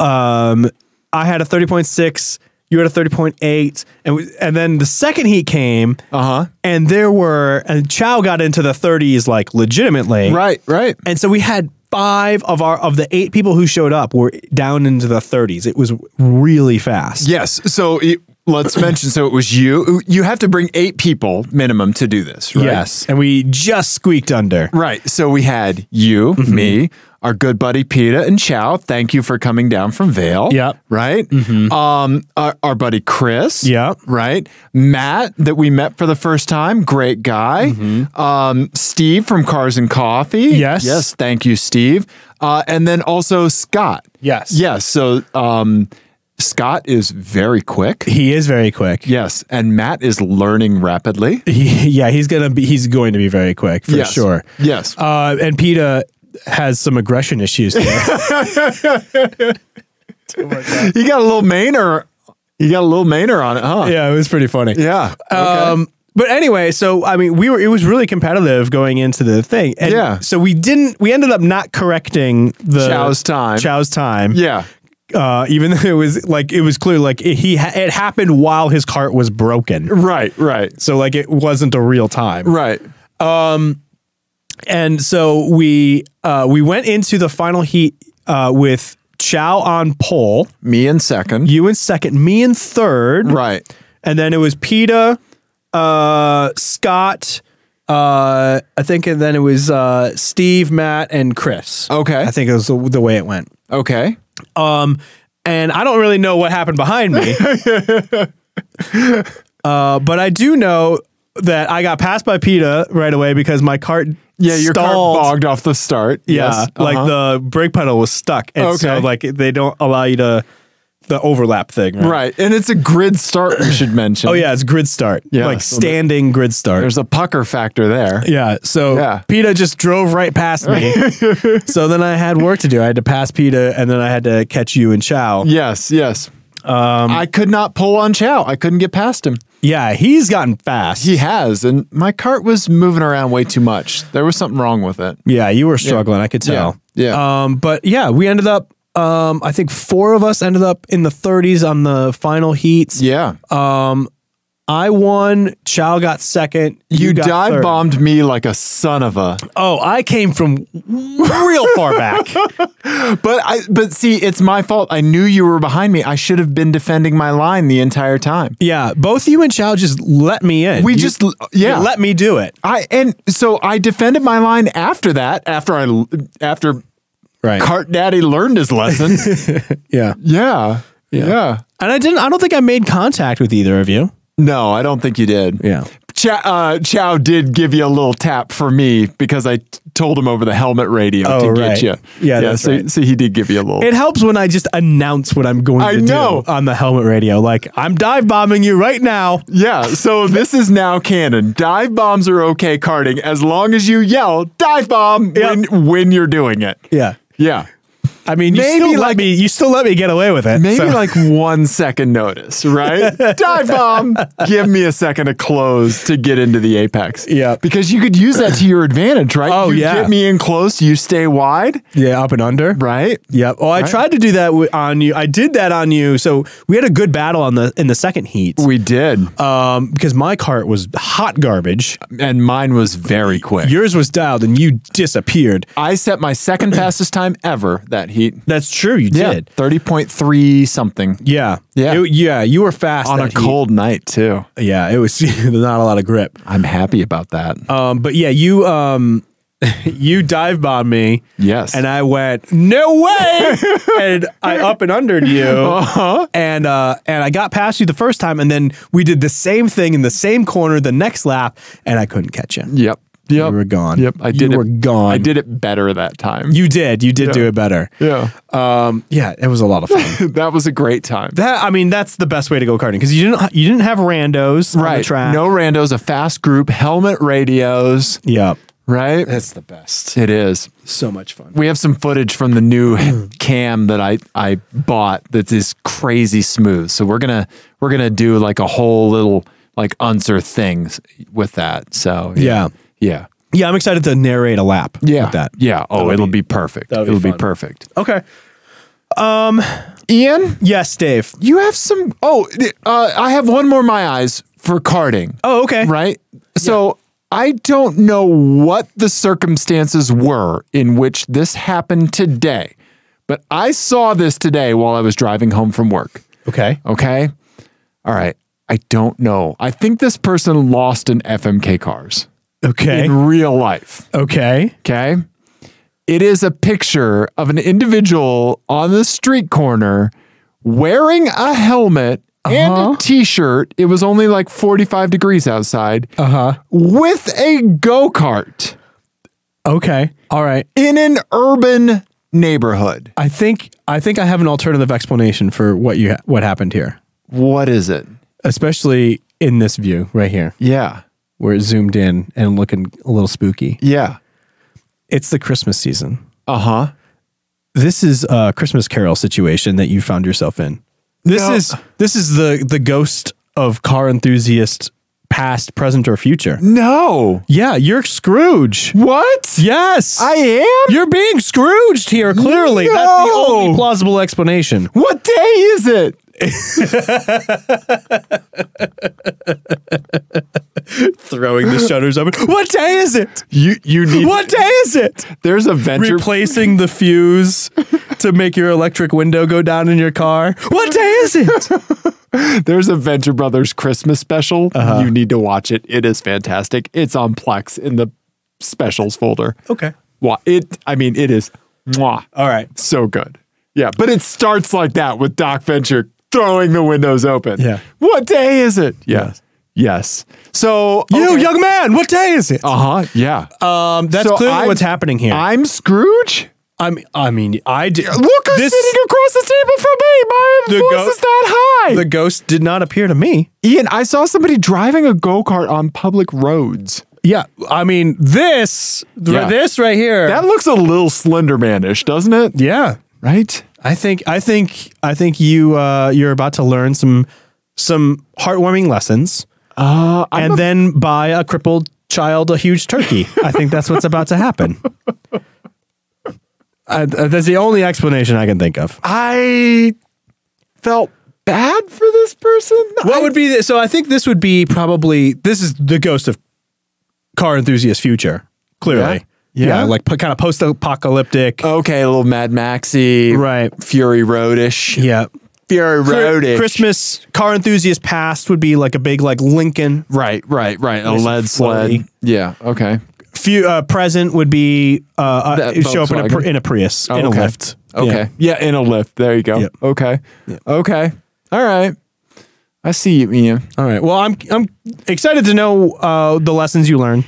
um I had a 30.6, you had a 30.8 and we, and then the second heat came Uh huh. and there were and Chow got into the 30s like legitimately. Right, right. And so we had five of our of the eight people who showed up were down into the 30s. It was really fast. Yes. So it, let's mention so it was you. You have to bring eight people minimum to do this, right? Yes. And we just squeaked under. Right. So we had you, Mm-hmm. me, our good buddy Peta and Chow. Thank you for coming down from Vale. Yep. Right. Mm-hmm. Um, our, our buddy Chris. Yep. Right. Matt that we met for the first time. Great guy. Um, Steve from Cars and Coffee. Mm-hmm. Yes. Yes. Thank you, Steve. Uh, and then also Scott. Yes. Yes. So um, Scott is very quick. He is very quick. Yes. And Matt is learning rapidly. He, *laughs* yeah, he's gonna be he's going to be very quick for Yes. sure. Yes. Uh, and PETA has some aggression issues *laughs* there. You got a little maner. You got a little maner on it, huh? yeah, it was pretty funny. Yeah. Um, But anyway, so I mean, we were it was really competitive going into the thing, and Yeah. So we didn't. We ended up not correcting the Chow's time. Chow's time. Yeah. Uh, even though it was like it was clear, like it, he ha- it happened while his cart was broken, Right. Right. so like it wasn't a real time. Right. And so we uh, we went into the final heat uh, with Chow on pole, Me in second. you in second, me in third, Right. and then it was PETA, uh, Scott, uh, I think, and then it was uh, Steve, Matt, and Chris. Okay. I think it was the, the way it went. Okay. Um, and I don't really know what happened behind *laughs* me, uh, but I do know that I got passed by PETA right away because my cart Yeah, your stalled. car bogged off the start. Yeah, Yes. like Uh-huh. the brake pedal was stuck, and so Okay. like they don't allow you to the overlap thing, right? Uh-huh. right, and it's a grid start. we should mention. Oh yeah, it's grid start, Yeah, like so the- standing grid start. there's a pucker factor there. Yeah. So Yeah. PETA just drove right past *laughs* me. so then I had work to do. I had to pass PETA and then I had to catch you and Chow. Yes, yes. Um, I could not pull on Chow. I couldn't get past him. Yeah, he's gotten fast. He has, and my cart was moving around way too much. There was something wrong with it. yeah, you were struggling. I could tell. Yeah, yeah. Um, but yeah, we ended up, um, I think four of us ended up in the 30s on the final heats. Yeah, Oh, I won. Chow got second. You, you got dive third. bombed me like a son of a. Oh, I came from real far *laughs* back. But I, but see, it's my fault. I knew you were behind me. I should have been defending my line the entire time. Yeah, both you and Chow just let me in. We You- just, you yeah. let me do it. I and so I defended my line after that. After I, after Right. Cart Daddy learned his lesson. *laughs* yeah. yeah, yeah, And I didn't. I don't think I made contact with either of you. No, I don't think you did. Yeah. Chow, uh, Chow did give you a little tap for me because I t- told him over the helmet radio Oh, to right. get you. Yeah, that's so, right. so he did give you a little. It helps when I just announce what I'm going I to know. do on the helmet radio. Like I'm dive bombing you right now. yeah, so this is now canon. Dive bombs are okay karting as long as you yell dive bomb when, when you're doing it. Yeah. Yeah. I mean, you Maybe still let like- me. You still let me get away with it. Maybe so- like one second *laughs* notice, right? dive bomb. Give me a second to close to get into the apex. Yeah. Because you could use that to your advantage, right? Oh, you yeah. Get me in close, you stay wide, yeah, up and under. right? Yep. Oh, I tried to do that wi- on you. I did that on you. So we had a good battle on the in the second heat. We did. Um, because my cart was hot garbage. and mine was very quick. Yours was dialed, and you disappeared. I set *clears throat* my second fastest time ever that heat. That's true. You did. 30.3 something Yeah. Yeah. It- yeah. You were fast on a that heat. cold night, too. Yeah. It was *laughs* not a lot of grip. I'm happy about that. Um, but yeah, you um, *laughs* you dive bombed me. Yes. And I went, no *laughs* way! and I up and undered you, uh-huh. and uh, and I got past you the first time, and then we did the same thing in the same corner the next lap, and I couldn't catch you. yep. Yep. You were gone. Yep. I You did it- were gone. I did it better that time. You did, you did do Yeah. it better. yeah. Um, yeah, it was a lot of fun. *laughs* that was a great time. that I mean, that's the best way to go karting because you didn't you didn't have randos on the right. track. No randos, a fast group, helmet radios, yeah, right? that's the best. It is. So much fun. We have some footage from *clears throat* the new cam that I I bought that is crazy smooth. So we're gonna we're gonna do like a whole little like unser things with that. So yeah, Yeah, I'm excited to narrate a lap. yeah, with that. yeah. Oh, it'll be, perfect. that'll be it'll fun. be perfect. Okay. Ian, Yes, Dave. you have some. Oh, uh, I have one more. My eyes for carding. Oh, okay. right? So I don't know what the circumstances were in which this happened today, but I saw this today while I was driving home from work. Okay. Okay. All right. I don't know. I think this person lost an FMK cars Okay. in real life. Okay. Okay. It is a picture of an individual on the street corner wearing a helmet and a t shirt. It was only like 45 degrees outside Uh huh. with a go kart Okay. All right. in an urban neighborhood. I think I think I have an alternative explanation for what you ha- what happened here, What is it? especially in this view right here, Yeah. where it's zoomed in and looking a little spooky. Yeah. It's the Christmas season. Uh huh. This is a Christmas Carol situation that you found yourself in. This No. is this is the the ghost of car enthusiast past, present, or future. No. Yeah, you're Scrooge. What? Yes. I am? You're being Scrooged here, clearly. That's the No. only plausible explanation. What day is it? Throwing the shutters up. *laughs* What day is it? You you need What day is it? There's a venture Replacing the fuse to make your electric window go down in your car. What day is it? there's a Venture Brothers Christmas special. Uh-huh. You need to watch it. It is fantastic. It's on Plex in the specials folder. *laughs* Okay. Uh, Wa- It I mean it is mwah, All right. so good. Yeah, but it starts like that with Doc Venture throwing the windows open. Yeah. What day is it? Yes. Yes. So You, young man, what day is it? Uh-huh. Yeah. Um, that's So clearly I'm- what's happening here. I, I'm Scrooge? am I mean, I did. Look who's this- sitting across the table from me. My The voice goat- is that high. The ghost did not appear to me. Ian, I saw somebody driving a go kart on public roads. Yeah, I mean this, th- Yeah. this right here. That looks a little Slendermanish, doesn't it? yeah, Right? I think, I think, I think you uh, you're about to learn some some heartwarming lessons, Uh, I'm and a- then buy a crippled child a huge turkey. I think that's what's about to happen. *laughs* I, uh, that's the only explanation I can think of. I felt bad for this person. What would be this? So I think this would be probably this is the ghost of car enthusiast future. Clearly, Yeah. Yeah. like po- kind of post apocalyptic, okay, a little Mad Maxy, right? Fury Roadish, Yeah. Fury Roadish, Christmas car enthusiast past would be like a big like Lincoln. Right, right, right. A Nice lead and sled. floaty. Yeah. Okay. Few uh, present would be uh, uh That it'd show up in a, Volkswagen. pri- in a Prius in okay. a lift. Okay. Yeah. in a lift. There you go. Yep. Okay. Okay. All right. I see you, Ian. All right. Well, I'm I'm excited to know uh, the lessons you learn,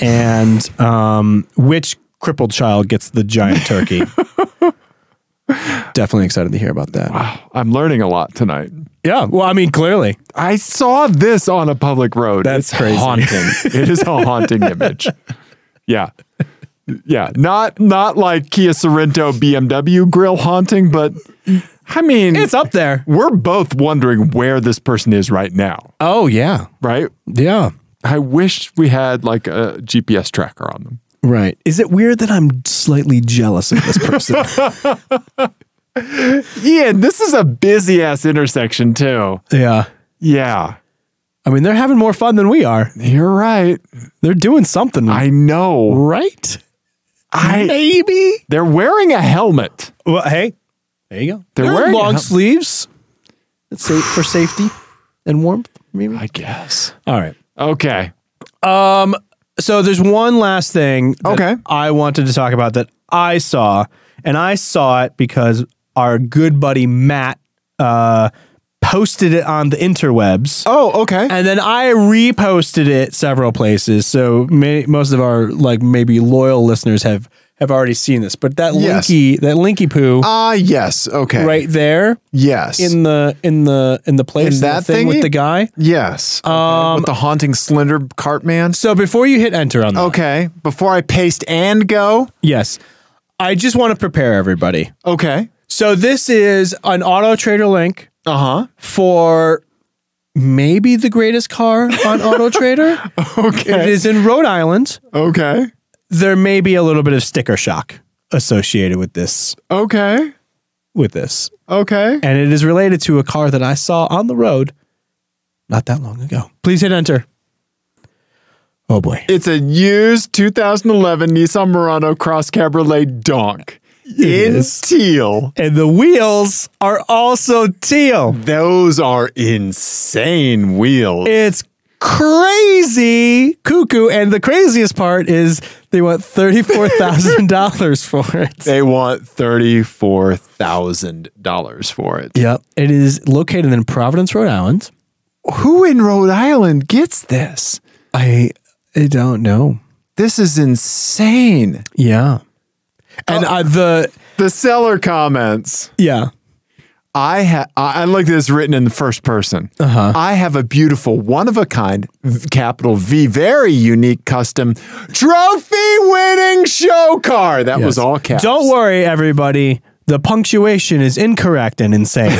and um, which crippled child gets the giant turkey. *laughs* Definitely excited to hear about that. Oh, I'm learning a lot tonight. Yeah. Well, I mean, clearly. I saw this on a public road. That's it's crazy. Haunting. it is a *laughs* haunting image. Yeah. Yeah. Not not like Kia Sorento BMW grill haunting, but I mean It's up there. we're both wondering where this person is right now, Oh yeah. right? Yeah. I wish we had like a GPS tracker on them. Right. Is it weird that I'm slightly jealous of this person? Ian, this is a busy ass intersection too. *laughs* yeah. Yeah. I mean, they're having more fun than we are. You're right. They're doing something I know. right. I Maybe. they're wearing a helmet. Well, hey, there you go. They're They're wearing wearing long hel- sleeves. It's safe for safety and warmth. Maybe. I guess. All right. Okay. So there's one last thing. that Okay. I wanted to talk about that I saw, and I saw it because our good buddy Matt uh, posted it on the interwebs. Oh, okay. And then I reposted it several places. So may, most of our like maybe loyal listeners have have already seen this. But that Yes. linky that linky poo Ah, yes. Okay. right there Yes. in the in the in the place In in the that thing with thingy? the guy. yes. Okay. With the haunting slender cart man. So before you hit enter on that, Okay. Before I paste and go. yes, I just want to prepare everybody. Okay. So this is an Auto Trader link Uh for maybe the greatest car on Auto Trader. huh. It *laughs* *laughs* Okay. is in Rhode Island. Okay. there may be a little bit of sticker shock associated with this Okay. with this Okay. and it is related to a car that i saw on the road not that long ago please hit enter oh boy It's a used 2011 Nissan Murano Cross Cabriolet Donk in is. teal. and the wheels are also teal Those are insane wheels. it's crazy cuckoo and the craziest part is they want $34000 *laughs* for it they want $34,000 for it. yep it is located in providence rhode island Who in Rhode Island gets this? i i don't know This is insane. yeah and uh, the The seller comments. yeah I have. I I like this written in the first person. Uh-huh. I have a beautiful, one of a kind, v- capital V, very unique, custom trophy winning show car. That was Yes. all caps. Don't worry, everybody. The punctuation is incorrect and insane.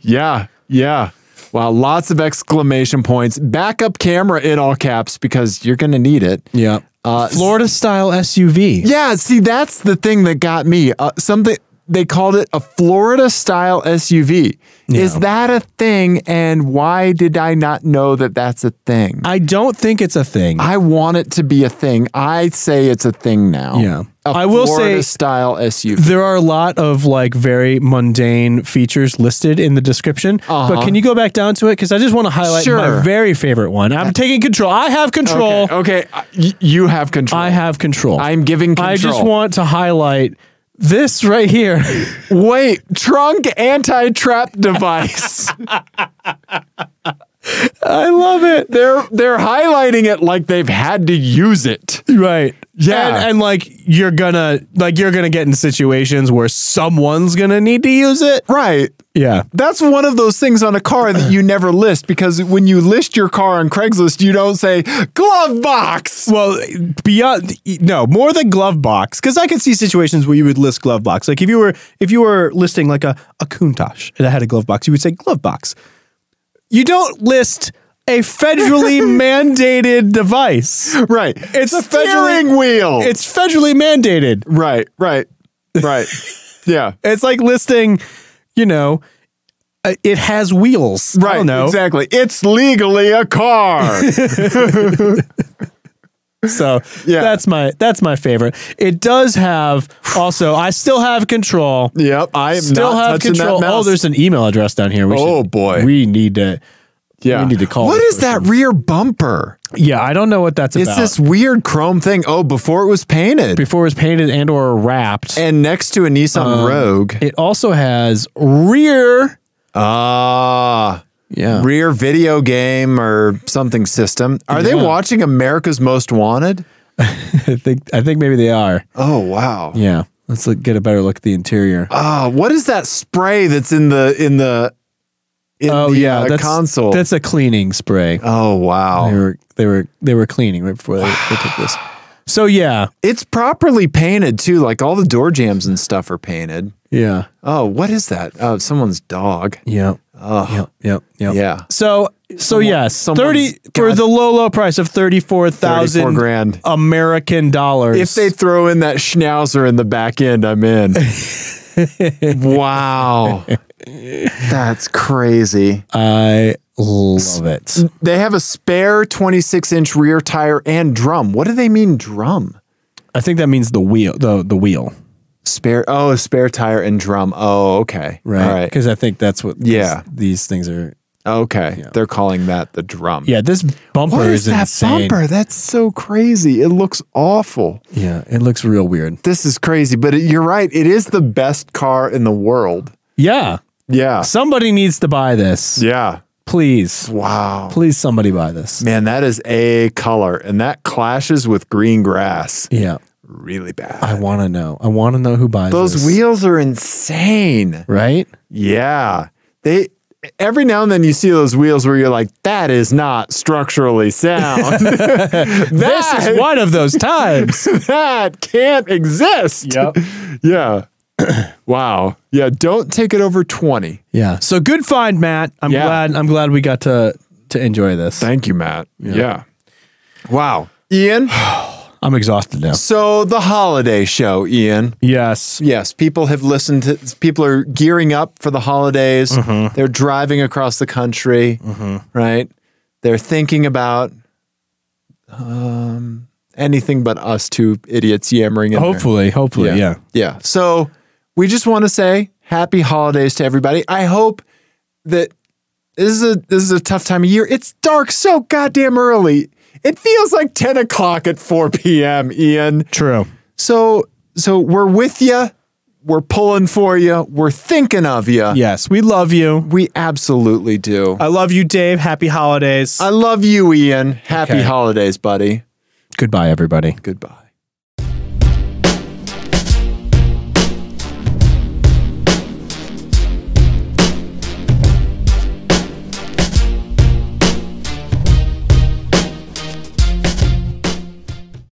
Yeah, yeah. Wow, lots of exclamation points. Backup camera in all caps because you're going to need it. *laughs* Yeah. Uh, Florida style SUV. Yeah, see, that's the thing that got me. Uh, something they called it a Florida style SUV. Is that a thing? And why did I not know that that's a thing? I don't think it's a thing. I want it to be a thing. I say it's a thing now. Yeah. I I will say- Florida style SUV. there are a lot of like very mundane features listed in the description, but can you go back down to it? Because I just want to highlight Uh-huh. Sure. my very favorite one. I'm taking control. I have control. Okay, okay, uh, y- you have control. I have control. *laughs* I'm giving control. I just want to highlight this right here. *laughs* Wait, trunk anti trap *laughs* *laughs* device. I love it. they're they're highlighting it like they've had to use it. Right. Yeah. And, and like you're gonna like you're gonna get in situations where someone's gonna need to use it. Right. Yeah. That's one of those things on a car that you never list because when you list your car on Craigslist, you don't say glove box. Well, beyond no more than glove box because I could see situations where you would list glove box. Like if you were if you were listing like a a Countach that had a glove box, you would say glove box. You don't list a federally *laughs* mandated device. Right. It's a federally- steering wheel. It's federally mandated. right, right, *laughs* right. yeah. It's like listing, you know, uh, it has wheels. I Right. don't know. Exactly. It's legally *laughs* a car. So Yeah. that's my that's my favorite. It does have also. I still have control. yep. I am still not have touching control. That mouse. Oh, there's an email address down here. We Oh, boy. we need to. yeah. we need to call What this is that rear bumper? Yeah, I don't know what that's It's about. this weird chrome thing. Oh, before it was painted. Before it was painted and or wrapped. and next to a Nissan Um, Rogue. it also has rear. Ah. Yeah, rear video game or something system. Are they watching America's Most Wanted? I think I think maybe they are. Oh wow. Yeah, let's look, get a better look at the interior. Ah, what is that spray that's in the in the in oh the, yeah, uh, that's console? That's a cleaning spray. oh They wow. were they were they were cleaning right before they, they took this. So yeah, It's properly painted too. Like all the door jams and stuff are painted. yeah, Oh, what is that? Oh, someone's dog. yeah, Oh, yeah, yeah, yeah. yeah. So so yes, someone's thirty for got- the low low price of thirty four 34 thousand grand. American dollars. If they throw in that schnauzer in the back end, I'm *laughs* in. wow. That's crazy. I love it. They have a spare 26 inch rear tire and drum. What do they mean drum? I think that means the wheel, the the wheel, Spare oh, spare tire and drum. Oh, okay. All right? right. Because I think that's what. Yeah. these, these things are. Okay. They're calling that the drum. Yeah, this bumper What is is that insane. bumper? That's so crazy. It looks awful. Yeah, it looks real weird. This is crazy, but it, you're right. It is the best car in the world. Yeah, Yeah. somebody needs to buy this. Yeah. Please, Wow. please, somebody buy this. Man, that is a color and that clashes with green grass Yeah, really bad. I want to know. I want to know who buys Those this. wheels are insane. right? Yeah. They every now and then you see those wheels where you're like, that is not structurally sound. *laughs* This that, is one of those times. that can't exist. Yep. *laughs* Yeah. *clears throat* wow. Yeah, don't take it over 20. yeah. So good find, Matt. I'm Yeah. glad. I'm glad we got to to enjoy this. Thank you, Matt. Yeah. Wow. Ian, I'm exhausted now. so the holiday show, Ian. Yes. Yes, people have listened to people are gearing up for the holidays. Mm-hmm. They're driving across the country, right? They're thinking about um, anything but us two idiots yammering. In there. Hopefully. Hopefully. yeah. Yeah. So we just want to say happy holidays to everybody. I hope that this is a this is a tough time of year. It's dark so goddamn early. It feels like ten o'clock at four p.m. Ian. True. So so we're with you. We're pulling for you. We're thinking of you. Yes, we love you. We absolutely do. I love you, Dave. Happy holidays. I love you, Ian. Happy Okay. holidays, buddy. Goodbye, everybody. Goodbye.